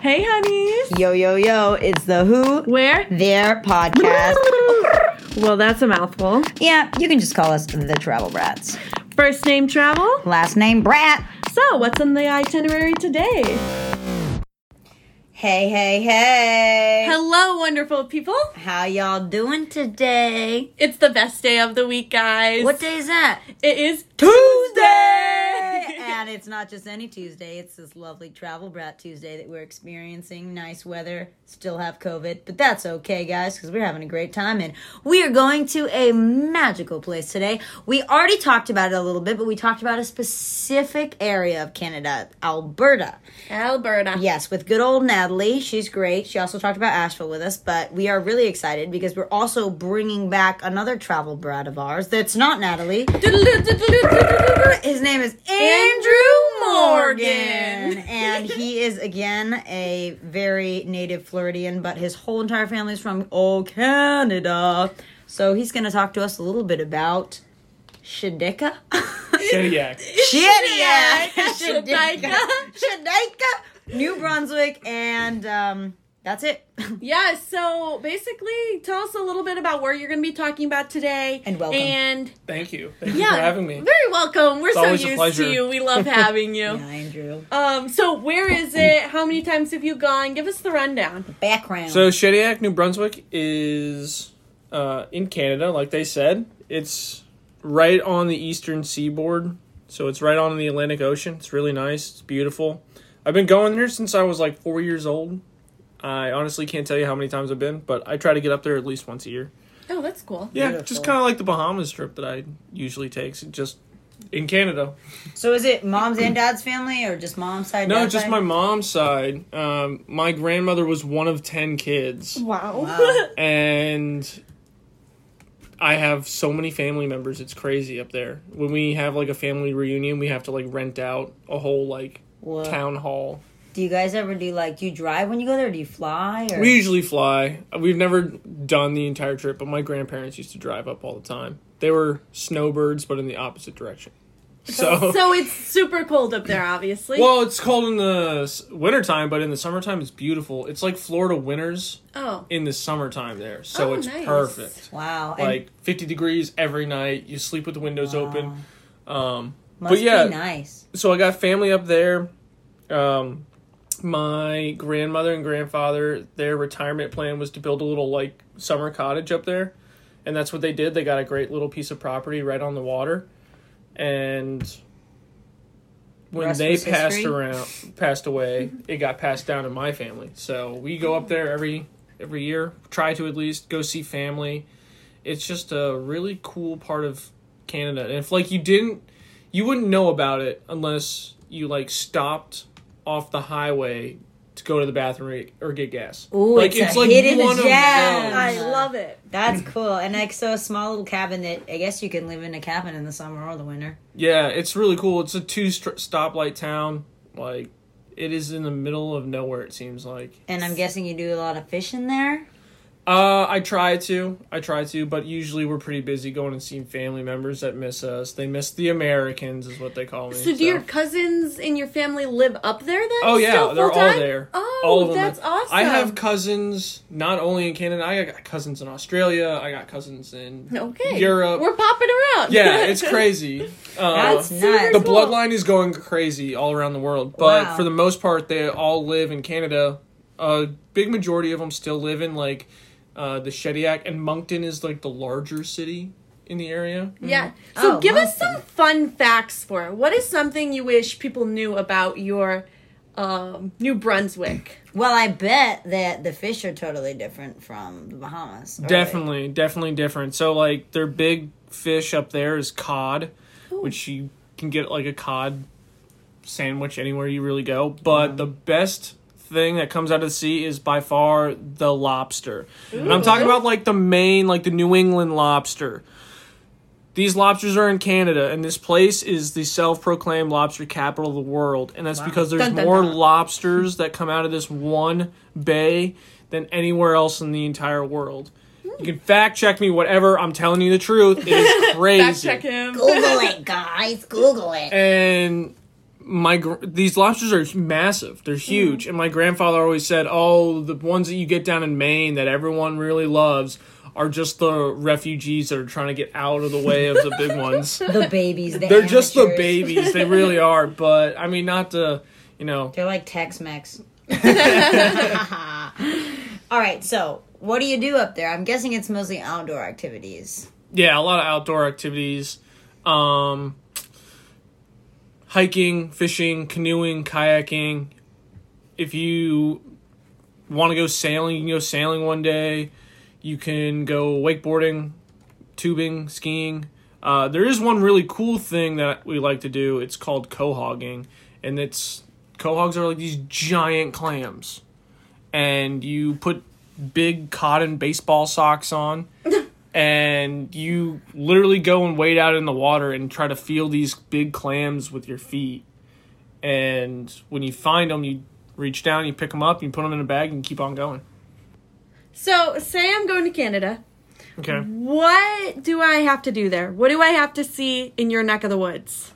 Hey, honeys. Yo, yo, yo, it's the Who Where? Their podcast. Well, that's a mouthful. yeah, you can just call us the Travel Brats. First name travel. Last name Brat. So, what's on the itinerary today? Hey, hey, hey. Hello, wonderful people. How y'all doing today? It's the best day of the week, guys. What day is that? It is and it's not just any Tuesday, it's this lovely Travel Brat Tuesday that we're experiencing. Nice weather, still have COVID, but that's okay, guys, because we're having a great time and we are going to a magical place today. We already talked about it a little bit, but we talked about a specific area of Canada, Alberta. Alberta. Yes, with good old Natalie. She's great. She also talked about Asheville with us, but we are really excited because we're also bringing back another travel brat of ours that's not Natalie. His name is Andrew Morgan. and he is, again, a very native Floridian, but his whole entire family is from, oh, Canada. So he's going to talk to us a little bit about Shadeka. Zodiac. Shadiac. Shediac. Shadika, New Brunswick, and um, that's it. Yeah, so basically, tell us a little bit about where you're going to be talking about today. And welcome. And Thank you. Thank you yeah, for having me. Very welcome. We're so always a used pleasure. to you. We love having you. Andrew. Um, so where is it? How many times have you gone? Give us the rundown. Background. So Shediac, New Brunswick is uh, in Canada, like they said. It's right on the eastern seaboard, so it's right on the Atlantic Ocean. It's really nice. It's beautiful. I've been going there since I was like four years old. I honestly can't tell you how many times I've been, but I try to get up there at least once a year. Oh, that's cool. Yeah, Beautiful. just kind of like the Bahamas trip that I usually take, so just in Canada. So is it mom's and dad's family or just mom's side? No, dad's just side? my mom's side. Um, my grandmother was one of ten kids. Wow. Wow. and I have so many family members. It's crazy up there. When we have like a family reunion, we have to like rent out a whole like Whoa. town hall. Do you guys ever do like, do you drive when you go there or do you fly? Or? We usually fly. We've never done the entire trip, but my grandparents used to drive up all the time. They were snowbirds, but in the opposite direction. So, so it's super cold up there, obviously. well, it's cold in the s- wintertime, but in the summertime, it's beautiful. It's like Florida winters oh. in the summertime there. So Oh, it's nice. perfect. wow. and like 50 degrees every night. You sleep with the windows open. Um, must but yeah, be nice. so I got family up there. Um, my grandmother and grandfather, their retirement plan was to build a little like summer cottage up there, and that's what they did. They got a great little piece of property right on the water, and when Rest they was passed history. around, passed away, it got passed down to my family. So we go up there every every year, try to at least go see family. It's just a really cool part of Canada, and if like you didn't you wouldn't know about it unless you like stopped off the highway to go to the bathroom or, or get gas. Ooh, like it's a hidden gem. I Yeah. love it. That's cool. And like, so a small little cabin that I guess you can live in a cabin in the summer or the winter. Yeah, it's really cool. It's a two st- stoplight town. Like it is in the middle of nowhere. It seems like. And I'm guessing you do a lot of fishing there. Uh, I try to, I try to, but usually we're pretty busy going and seeing family members that miss us. They miss the Americans, is what they call me. So do your cousins in your family live up there then? Oh yeah, Still they're all full-time? there. Oh, all of them. that's awesome. I have cousins not only in Canada. I got cousins in Australia. I got cousins in Okay. Europe. We're popping around. yeah, it's crazy. Uh, That's nuts. the cool. bloodline is going crazy all around the world, but Wow. for the most part, they all live in Canada. A big majority of them still live in like uh, the Shediac, and Moncton is like the larger city in the area. Yeah. So Oh, give love us some fun facts for it. What is something you wish people knew about your um, New Brunswick? Well, I bet that the fish are totally different from the Bahamas. or- Definitely, definitely different. So like their big fish up there is cod, which you can get like a cod sandwich anywhere you really go. But the best thing that comes out of the sea is by far the lobster. And I'm talking about like the main, like the New England lobster. These lobsters are in Canada, and this place is the self-proclaimed lobster capital of the world, and that's because there's Dun, dun, more dun. lobsters that come out of this one bay than anywhere else in the entire world. You can fact check me, whatever. I'm telling you the truth. It is crazy. Fact check him. Google it, guys. Google it. And my gr- these lobsters are massive. They're huge, and my grandfather always said, "Oh, the ones that you get down in Maine that everyone really loves." Are just the refugees that are trying to get out of the way of the big ones. The babies. The They're just the amateurs. babies. They really are. But I mean, not to you know. They're like Tex Mex. All right, so what do you do up there? I'm guessing it's mostly outdoor activities. Yeah, a lot of outdoor activities, um, hiking, fishing, canoeing, kayaking. If you want to go sailing, you can go sailing one day. You can go wakeboarding, tubing, skiing. Uh, there is one really cool thing that we like to do. It's called cohogging, and it's cohogs are like these giant clams, and you put big cotton baseball socks on, and you literally go and wade out in the water and try to feel these big clams with your feet. And when you find them, you reach down, you pick them up, you put them in a bag, and keep on going. So, say I'm going to Canada. Okay. Mm-hmm. What do I have to do there? What do I have to see in your neck of the woods?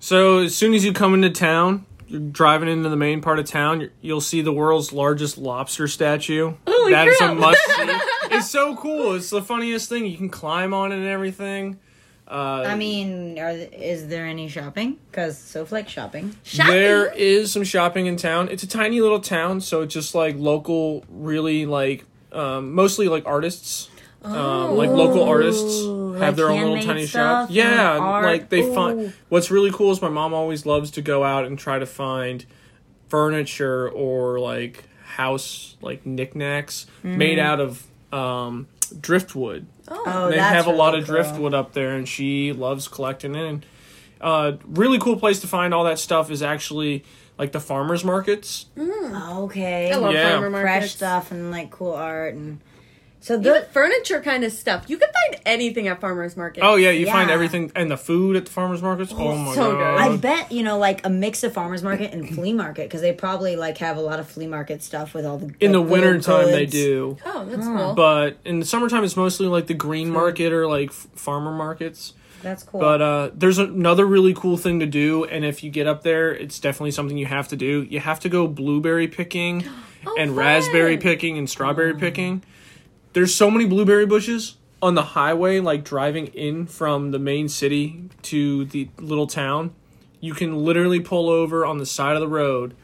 So as soon as you come into town, you're driving into the main part of town. You're, you'll see the world's largest lobster statue. Holy That is a crap. must see. it's so cool. It's the funniest thing. You can climb on it and everything. Uh, I mean, are, is there any shopping? Because so like shopping. Shopping. There is some shopping in town. It's a tiny little town, so it's just like local, really like um, mostly like artists, um, like local artists have their Oh. own little handmade tiny stuff shop. and Yeah, art. like they Ooh. find. What's really cool is my mom always loves to go out and try to find furniture or like house like knickknacks made Mm-hmm. out of um, driftwood Oh, they that's have a really lot of cool. driftwood up there, and she loves collecting it. And uh, really cool place to find all that stuff is actually like the farmers markets. Mm, Oh, Okay. I love Yeah. farmer markets. Fresh stuff and like cool art and so Even the furniture kind of stuff. You can find anything at farmers market. Oh yeah, you find Yeah. everything and the food at the farmers markets. Oh my so good. god! I bet you know like a mix of farmers market and flea market because they probably like have a lot of flea market stuff with all the In the like, winter little time, they goods. do. Oh, that's cool. But in the summertime, it's mostly like the green market or like f- farmer markets. That's cool. But uh, there's another really cool thing to do, and if you get up there, it's definitely something you have to do. You have to go blueberry picking, and fun. raspberry picking, and strawberry picking. There's so many blueberry bushes on the highway, like driving in from the main city to the little town. You can literally pull over on the side of the road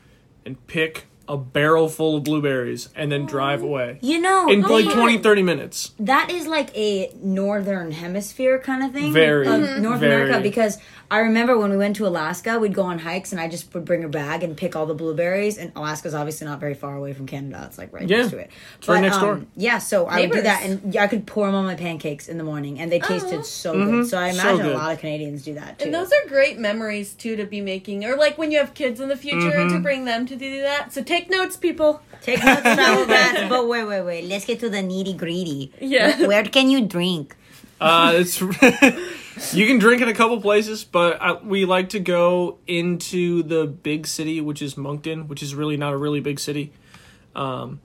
and pick a barrel full of blueberries and then drive away you know in they- like 20, 30 minutes. that is like a northern hemisphere kind of thing Very, of Mm-hmm. Mhm. north very. america because i remember when we went to alaska we'd go on hikes and i just would bring a bag and pick all the blueberries and alaska's obviously not very far away from canada it's like right Yeah. next to it um, It's right next door. yeah so i would do Neighbors. that and i could pour them on my pancakes in the morning and they tasted so good so i Mm-hmm. So imagine good. a lot of canadians do that too And those are great memories too to be making, or like when you have kids in the future Mm-hmm. to bring them to do that. So take notes, people. Take notes about that. But wait, wait, wait. Let's get to the needy greedy. Yeah. Where can you drink? Uh, it's you can drink in a couple places, but I, we like to go into the big city, which is Moncton, which is really not a really big city. Um,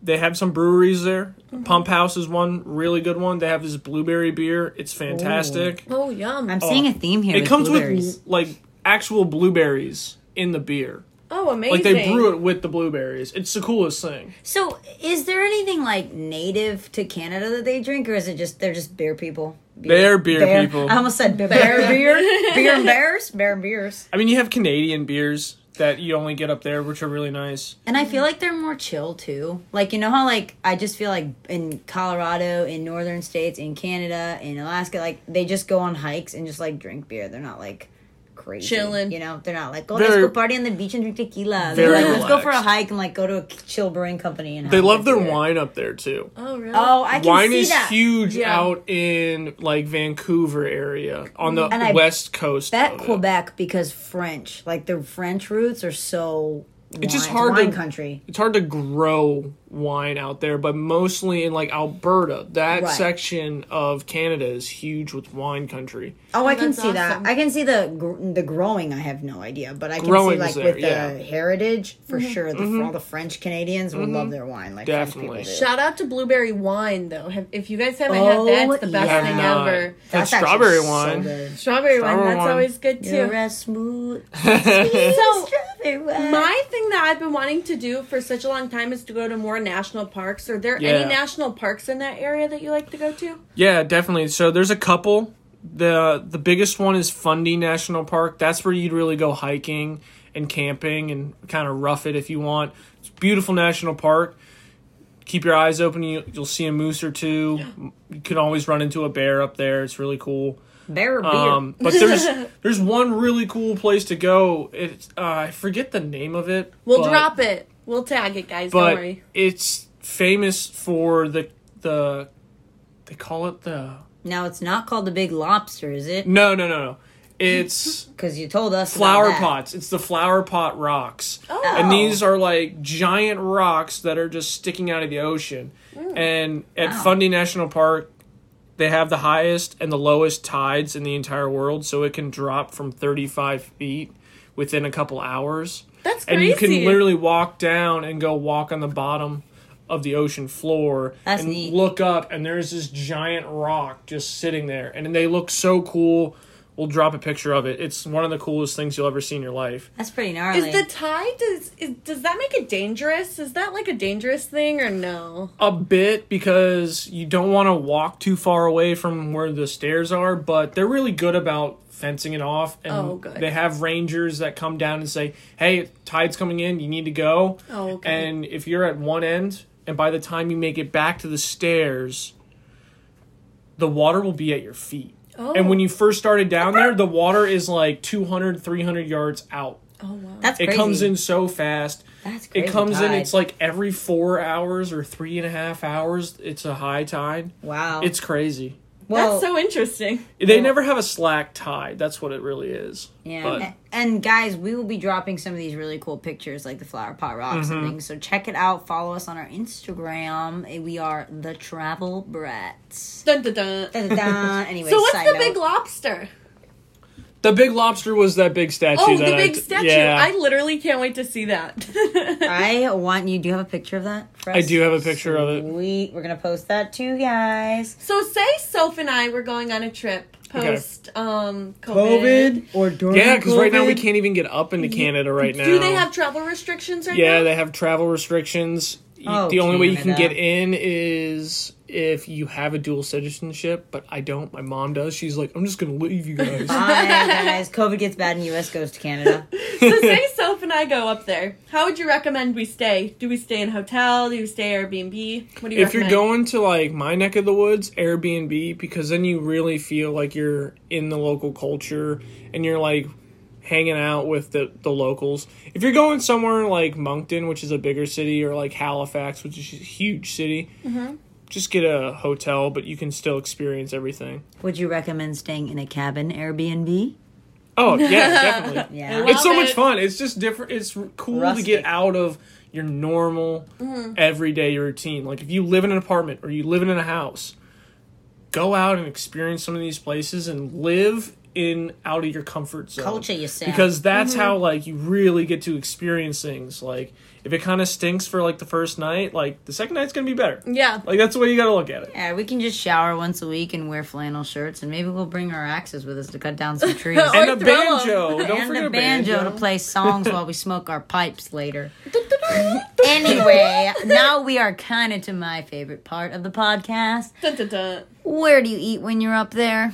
they have some breweries there. Mm-hmm. Pump House is one really good one. They have this blueberry beer. It's fantastic. Oh yum! I'm seeing a theme here. It comes blueberries. with like actual blueberries in the beer. oh amazing! Like they brew it with the blueberries. It's the coolest thing. So, is there anything like native to Canada that they drink, or is it just they're just beer people? They're beer people. I almost said beer, bear beer, beer and bears, bear and beers. I mean, you have Canadian beers that you only get up there, which are really nice. And I feel like they're more chill too. Like you know how like I just feel like in Colorado, in northern states, in Canada, in Alaska, like they just go on hikes and just like drink beer. They're not like crazy, Chillin'. You know, they're not like oh let's Very- go party on the beach and drink tequila. They're like Very let's go for a relaxed. hike and like go to a chill brewing company and have They love their beer." wine up there too. oh really? Oh, I can wine see is that. huge Yeah. out in like Vancouver area on the And I west coast. bet of it. Quebec because French, like their French roots are so It's just wine- hard wine to- country. it's hard to grow wine out there, but mostly in like Alberta, that Right. section of Canada is huge with wine country. Oh, I can that's see that. awesome. I can see the gr- the growing. I have no idea, but I can Growing's see like there, with the yeah. Mm-hmm. heritage for sure. The, All the French Canadians would love their wine, like French people Definitely. do. Shout out to blueberry wine though. Have, if you guys haven't Oh, had that, it's the best yeah. thing Not- ever. that That's actually strawberry so wine. good. Strawberry wine, Strawberry that's wine. always good too. You're a smooth So, strawberry wine. My thing that I've been wanting to do for such a long time is to go to more national parks. Are there Yeah. any national parks in that area that you like to go to? Yeah, definitely. So there's a couple. the The biggest one is Fundy National Park. That's where you'd really go hiking and camping and kind of rough it if you want. It's a beautiful national park. Keep your eyes open. You, you'll see a moose or two. You can always run into a bear up there. It's really cool. Bear beer. Um, but there's there's one really cool place to go. It's uh, I forget the name of it. We'll but- drop it. We'll tag it, guys. Don't but worry. it's famous for the the they call it the now it's not called the Big Lobster, is it? no no no no it's Because you told us about Mm. flower that. pots it's the flower pot rocks Oh. and these are like giant rocks that are just sticking out of the ocean and at Wow. fundy national park they have the highest and the lowest tides in the entire world so it can drop from 35 feet within a couple hours That's crazy. and you can literally walk down and go walk on the bottom of the ocean floor That's and neat. look up and there's this giant rock just sitting there and they look so cool we'll drop a picture of it it's one of the coolest things you'll ever see in your life That's pretty gnarly. Is the tide does is, does that make it dangerous? Is that like a dangerous thing or no? a bit because you don't want to walk too far away from where the stairs are but they're really good about fencing it off and Oh, good. they have rangers that come down and say hey tide's coming in you need to go Oh, okay. And if you're at one end, and by the time you make it back to the stairs, the water will be at your feet. Oh. And when you first started down there, the water is like 200, 300 yards out. oh wow. That's It crazy. comes in so fast. That's It crazy comes in, tide. it's like every four hours or three and a half hours, it's a high tide. wow. It's crazy. well, That's so interesting. They never have a slack tide. That's what it really is. Yeah, But- Eh. a- and guys, we will be dropping some of these really cool pictures, like the flower pot rocks Mm-hmm. and things. So check it out. Follow us on our Instagram. Eh, We are the Travel Brats. Dun, dun, dun. Dun, dun, dun. anyway, So what's side the note. big lobster? The big lobster was that big statue. Oh, that the I big t- statue. yeah. I literally can't wait to see that. I want you. Do you have a picture of that? For us? I do have a picture of it. We we're gonna post that too, guys. so say Soph and I were going on a trip Okay. post um COVID. COVID or during? Yeah, because right now we COVID? can't even get up into Canada right now. Do they have travel restrictions right now? Yeah, they have travel restrictions. You- Oh, the only way you can Canada. get in is if you have a dual citizenship, but I don't. My mom does. She's like, I'm just going to leave you Bye, guys. guys. COVID gets bad and U.S. goes to Canada. so say Soph and I go up there. How would you recommend we stay? Do we stay in a hotel? Do we stay Airbnb? What do you if you're recommend? going to like my neck of the woods, Airbnb, because then you really feel like you're in the local culture and you're like hanging out with the, the locals. If you're going somewhere like Moncton, which is a bigger city, or like Halifax, which is a huge city, Mm-hmm. just get a hotel, but you can still experience everything. Would you recommend staying in a cabin Airbnb? Oh yeah, definitely. Yeah. Love It's so much it. fun. It's just different. It's r- cool Rustic. to get out of your normal Mm-hmm. everyday routine. Like if you live in an apartment or you live in a house, go out and experience some of these places and live in out of your comfort zone. Culture, you say. Because that's Mm-hmm. how like you really get to experience things. Like if it kind of stinks for like the first night, like the second night's going to be better. Yeah. Like that's the way you got to look at it. Yeah, we can just shower once a week and wear flannel shirts, and maybe we'll bring our axes with us to cut down some trees. Or And a throw 'em. banjo. Oh, Don't and forget the a banjo, to play songs while we smoke our pipes later. anyway, now we are kind of to my favorite part of the podcast. Dun, dun, dun. Where do you eat when you're up there?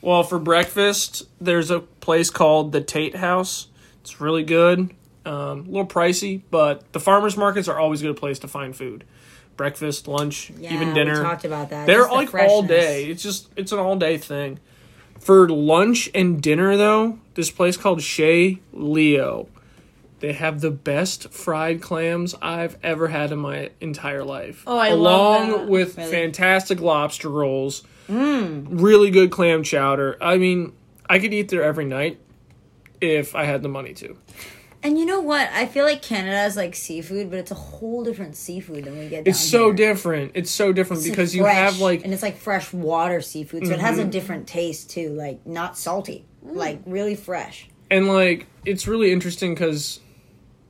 Well, for breakfast, there's a place called the Tate House. It's really good. Um, a little pricey, but the farmers markets are always a good place to find food. Breakfast, lunch, even dinner. We talked about that. They're Just the like all freshness. day. It's just it's an all day thing. For lunch and dinner though, this place called Chez Leo. They have the best fried clams I've ever had in my entire life. Oh, I love Along that. with fantastic lobster rolls, Mm. really good clam chowder. I mean, I could eat there every night if I had the money to. And you know what? I feel like Canada is like seafood, but it's a whole different seafood than we get. It's down so here. different. It's so different It's because you fresh, have like Mm-hmm. and it's like fresh water seafood, so it has a different taste too. Like not salty, like really fresh. and like it's really interesting because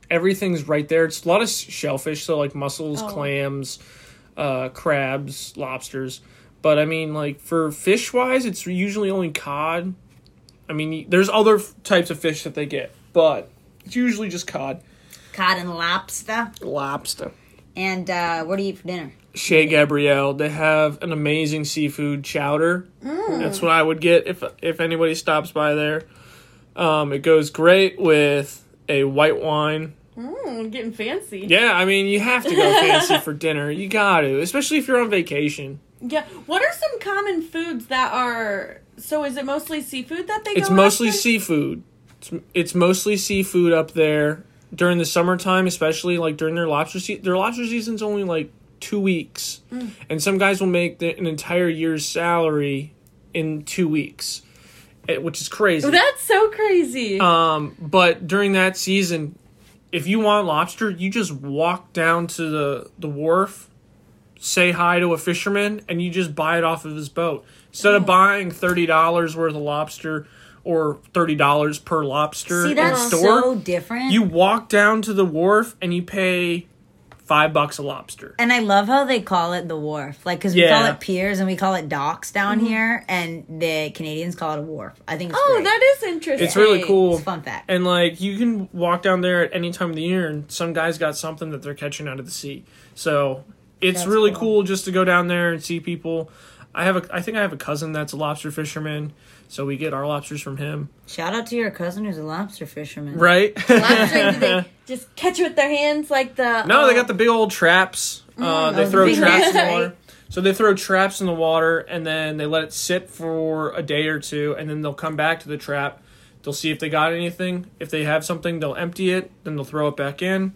everything's right there. It's a lot of s- shellfish, so like mussels, clams, uh, crabs, lobsters. But I mean, like for fish wise, it's usually only cod. I mean, y- there's other f- types of fish that they get, but it's usually just cod, Cod and lobster. lobster. And uh, what do you eat for dinner? Chez Gabrielle, they have an amazing seafood chowder. That's what I would get if if anybody stops by there. Um, it goes great with a white wine. Mm, getting fancy. Yeah, I mean you have to go fancy for dinner. You got to, especially if you're on vacation. Yeah. What are some common foods that are? So is it mostly seafood that they? It's go mostly after? seafood. It's, it's mostly seafood up there during the summertime, especially like during their lobster season. Their lobster season's only like two weeks, and some guys will make the, an entire year's salary in two weeks, eh, which is crazy. Oh, That's so crazy. Um, but during that season, if you want lobster, you just walk down to the the wharf, say hi to a fisherman, and you just buy it off of his boat. Instead of buying thirty dollars worth of lobster or thirty dollars per lobster See, in that's store, so different. you walk down to the wharf and you pay five bucks a lobster. And I love how they call it the wharf. Like, because we Yeah. Mm-hmm. call it piers and we call it docks down here, and the Canadians call it a wharf. I think it's oh, great. that is interesting. It's really cool. It's a fun fact. And like you can walk down there at any time of the year, and some guy's got something that they're catching out of the sea. So it's That's really cool. cool. just to go down there and see people. I have a, I think I have a cousin that's a lobster fisherman, so we get our lobsters from him. Shout out to your cousin who's a lobster fisherman. Right? Lobster, do they just catch it with their hands like the? no, they um, got the big old traps. Uh, Mm, oh, they throw big traps in the ones, water. right? So they throw traps in the water, and then they let it sit for a day or two, and then they'll come back to the trap. They'll see if they got anything. If they have something, they'll empty it. Then they'll throw it back in,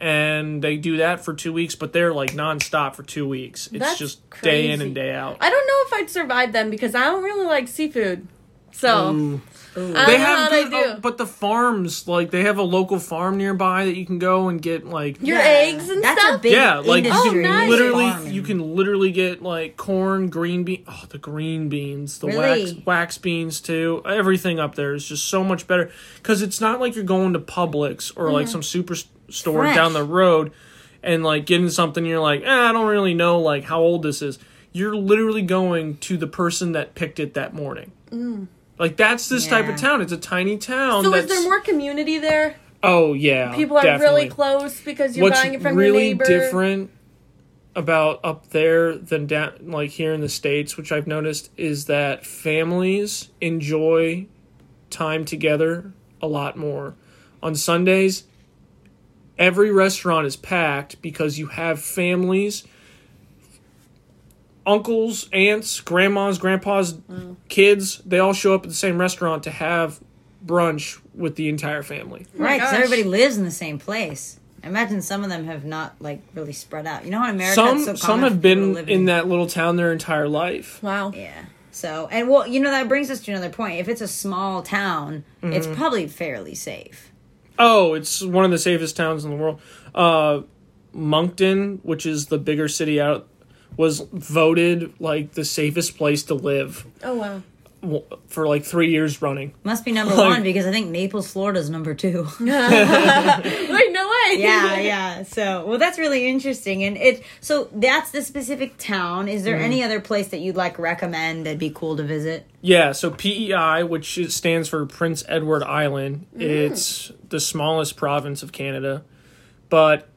and they do that for two weeks. But they're like nonstop for two weeks. It's That's just day in crazy. and day out. I don't know if I'd survive them because I don't really like seafood. So Mm. I don't they know how have they good, do. oh, but the farms like they have a local farm nearby that you can go and get like Your eggs and That's stuff. a big yeah, like you industry. can Oh, nice. literally Farming. you can literally get like corn, green bean, oh the green beans, the wax Really? wax beans too. Everything up there is just so much better cuz it's not like you're going to Publix or like some super s- store Fresh. down the road and like getting something you're like, eh, I don't really know like how old this is." You're literally going to the person that picked it that morning. Like that's this type Yeah. of town. It's a tiny town. So is Um, that's, there more community there? oh yeah, People are definitely really close because you're what's buying it from your really neighbor. different about up there than down like here in the states which i've noticed is that families enjoy time together a lot more on sundays every restaurant is packed because you have families uncles aunts grandmas grandpas Mm. kids they all show up at the same restaurant to have brunch with the entire family Right, because Oh gosh. everybody lives in the same place. I imagine some of them have not like really spread out. You know how in America some it's so some common for have people to been live in that little town their entire life. Wow. Yeah. So and well, you know that brings us to another point. If it's a small town, it's Mm-hmm. probably fairly safe. Oh, it's one of the safest towns in the world. Uh, Moncton, which is the bigger city out, was voted like the safest place to live Oh wow. w- for like three years running. Must be number Like- one because I think Naples, Florida's number two. Wait, no way. yeah, yeah. So well, that's really interesting. And it so that's the specific town. Is Mm-hmm. there any other place that you'd like recommend that'd be cool to visit? Yeah, so PEI, which is- stands for Prince Edward Island, it's the smallest province of Canada. But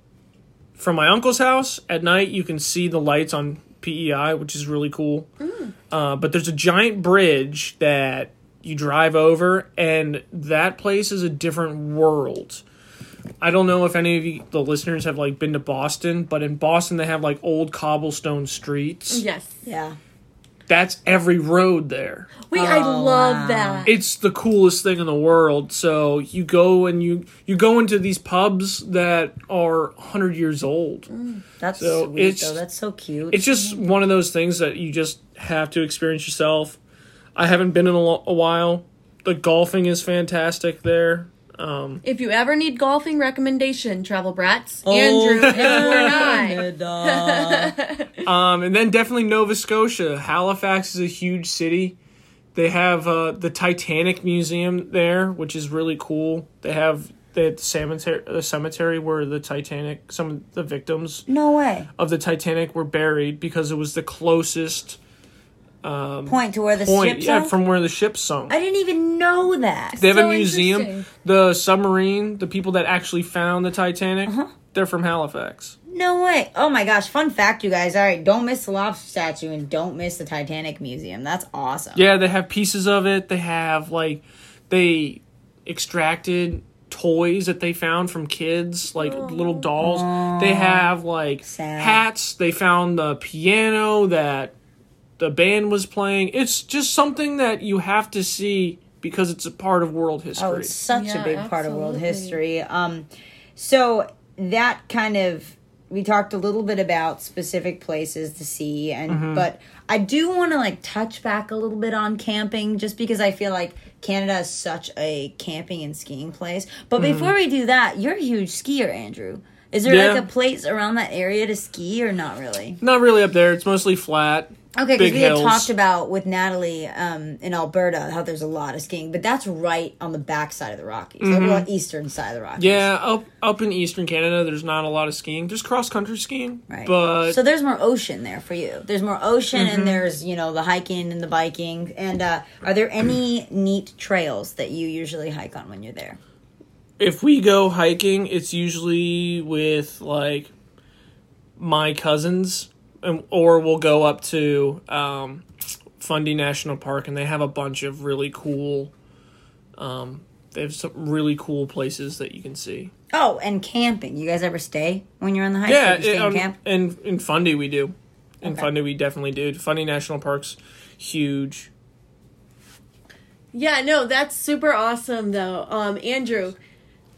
from my uncle's house at night, you can see the lights on PEI, which is really cool. Uh, but there's a giant bridge that you drive over, and that place is a different world. I don't know if any of you, the listeners have like been to Boston, but in Boston they have like old cobblestone streets. Yes. Yeah. That's every road there Wait, I Oh, love wow. that. it's the coolest thing in the world. So you go and you you go into these pubs that are 100 years old. That's So sweet it's- though. That's so cute. It's just one of those things that you just have to experience yourself. I haven't been in a, lo- a while. The golfing is fantastic there. Um, If you ever need golfing recommendation, travel brats, Oh, Andrew and I. um, and then definitely Nova Scotia. Halifax is a huge city. They have uh, the Titanic Museum there, which is really cool. They have they have the cemetery, the cemetery where the Titanic, some of the victims no way. of the Titanic were buried because it was the closest um, Point to where the point ships yeah, are. from where the ship sunk. I didn't even know that. they have so a museum. interesting. The submarine, the people that actually found the Titanic, Uh-huh. they're from Halifax. No way. Oh my gosh. Fun fact, you guys. All right, don't miss the lobster statue and don't miss the Titanic Museum. That's awesome. Yeah, they have pieces of it. They have like they extracted toys that they found from kids, like little dolls. They have like Sad. hats. They found the piano that the band was playing. It's just something that you have to see because it's a part of world history. Oh, it's such a Yeah, big part of world absolutely. history. Um, so that kind of we talked a little bit about specific places to see, and but I do want to like touch back a little bit on camping, just because I feel like Canada is such a camping and skiing place. But before we do that, you're a huge skier, Andrew. Is there Yeah. like a place around that area to ski or not really? Not really up there. It's mostly flat. Okay, because Big we had hills. talked about with Natalie um, in Alberta how there's a lot of skiing, but that's right on the back side of the Rockies, like the eastern side of the Rockies. Mm-hmm. Yeah, up up in eastern Canada, there's not a lot of skiing. There's cross country skiing, right. but Mm-hmm. so there's more ocean there for you. There's more ocean, and there's you know the hiking and the biking. And uh, are there any neat trails that you usually hike on when you're there? if we go hiking, it's usually with like my cousins, and, or we'll go up to um, Fundy National Park, and they have a bunch of really cool. Um, they have some really cool places that you can see. Oh, and camping. You guys ever stay when you're on the hike? Yeah, you stay it, in um, camp. and in Fundy we do. In Okay. Fundy we definitely do. Fundy National Park's huge. Yeah, no, that's super awesome though. Um, Andrew,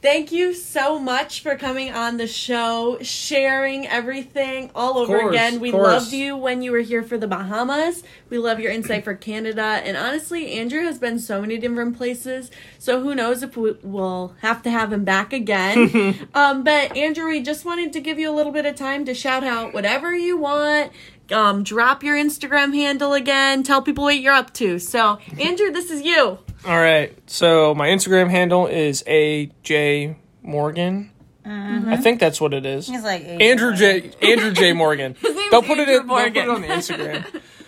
thank you so much for coming on the show, sharing everything all over course, again. We course. loved you when you were here for the Bahamas. We love your insight for Canada, and honestly, Andrew has been so many different places. So who knows if we, we'll have to have him back again? um, but Andrew, we just wanted to give you a little bit of time to shout out whatever you want. Um, drop your Instagram handle again. Tell people what you're up to. So, Andrew, this is you. All right. So my Instagram handle is AJ Morgan. Mm-hmm. I think that's what it is. It's like Andrew J. Andrew J. Morgan. name Don't is put it Andrew in. Don't put it Morgan. on the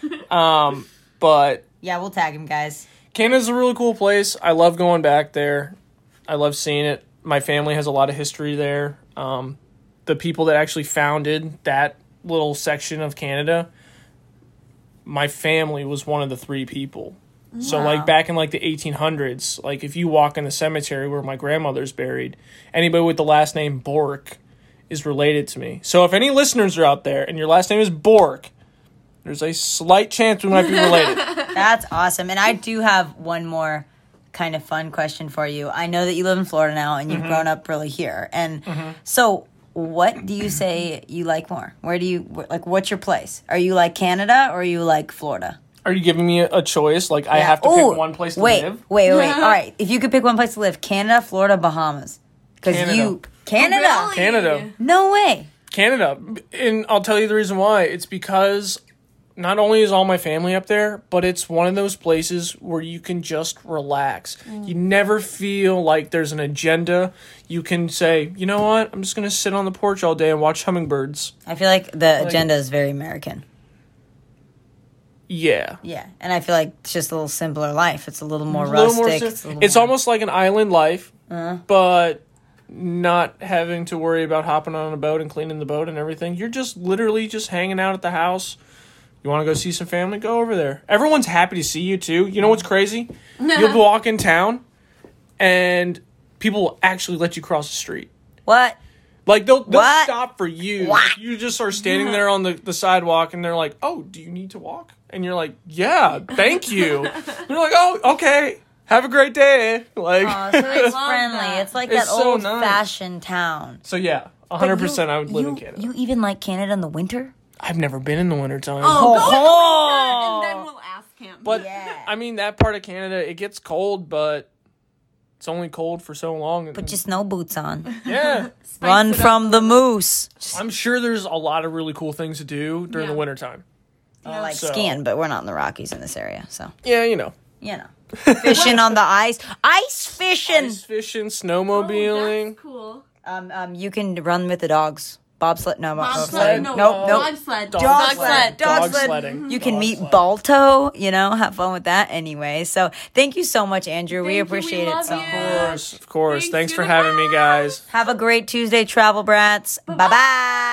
Instagram. um, but Yeah, we'll tag him, guys. Canada's a really cool place. I love going back there. I love seeing it. My family has a lot of history there. Um, the people that actually founded that little section of Canada, my family was one of the three people. So like back in like the 1800s, like if you walk in the cemetery where my grandmother's buried, anybody with the last name Bork is related to me. So if any listeners are out there and your last name is Bork, there's a slight chance we might be related. That's awesome. And I do have one more kind of fun question for you. I know that you live in Florida now and Mm-hmm. you've grown up really here. And so, what do you say you like more? Where do you wh- like? What's your place? Are you like Canada or are you like Florida? Are you giving me a a choice? Like I have to Ooh, pick one place to wait, live? Wait, wait, wait. All right. If you could pick one place to live, Canada, Florida, Bahamas, because Canada. Oh, you Canada. Really? Canada. No way. Canada. And I'll tell you the reason why. It's because not only is all my family up there, but it's one of those places where you can just relax. You never feel like there's an agenda. You can say, you know what? I'm just going to sit on the porch all day and watch hummingbirds. I feel like the agenda is very American. Yeah. Yeah, and I feel like it's just a little simpler life. It's a little more A little rustic. more Mm-hmm. Uh-huh. it's a sim- little it's almost like an island life, but not having to worry about hopping on a boat and cleaning the boat and everything. You're just literally just hanging out at the house. You want to go see some family? Go over there. Everyone's happy to see you too. You know what's crazy? You'll walk in town, and people will actually let you cross the street. what? Like they'll, they'll What? stop for you. You just are standing there on the, the sidewalk and they're like, Oh, do you need to walk? And you're like, Yeah, thank you. and you're like, Oh, okay. Have a great day. Like Aw, so it's love friendly. that. It's like It's that so old nice. fashioned town. So yeah, hundred But you- percent I would live in you- Canada. You even like Canada in the winter? I've never been in the wintertime. Oh, go Oh. in the winter, and then we'll ask him. but yeah. I mean that part of Canada, it gets cold, but It's only cold for so long. and- Put your snow boots on. yeah. Spice Run it up. from the moose. Just, I'm sure there's a lot of really cool things to do during Yeah. the wintertime. I like so- skiing, but we're not in the Rockies in this area, so Yeah, you know. you know, fishing on the ice, ice fishing. Ice fishing, Oh, snowmobiling. that's cool. Um, um, you can run with the dogs. Bobsled, no, Bobsled, bobsled, no, nope, nope. bobsled, Dog dog sled. sled, Dog Dog sled. sledding. You Dog can meet sled. Balto, you know, have fun with that anyway. So thank you so much, Andrew. Thank we you, we appreciate it love so you. much. Of course, of course. Thanks Thanks to for the having me, guys. Have a great Tuesday, travel brats. Bye bye.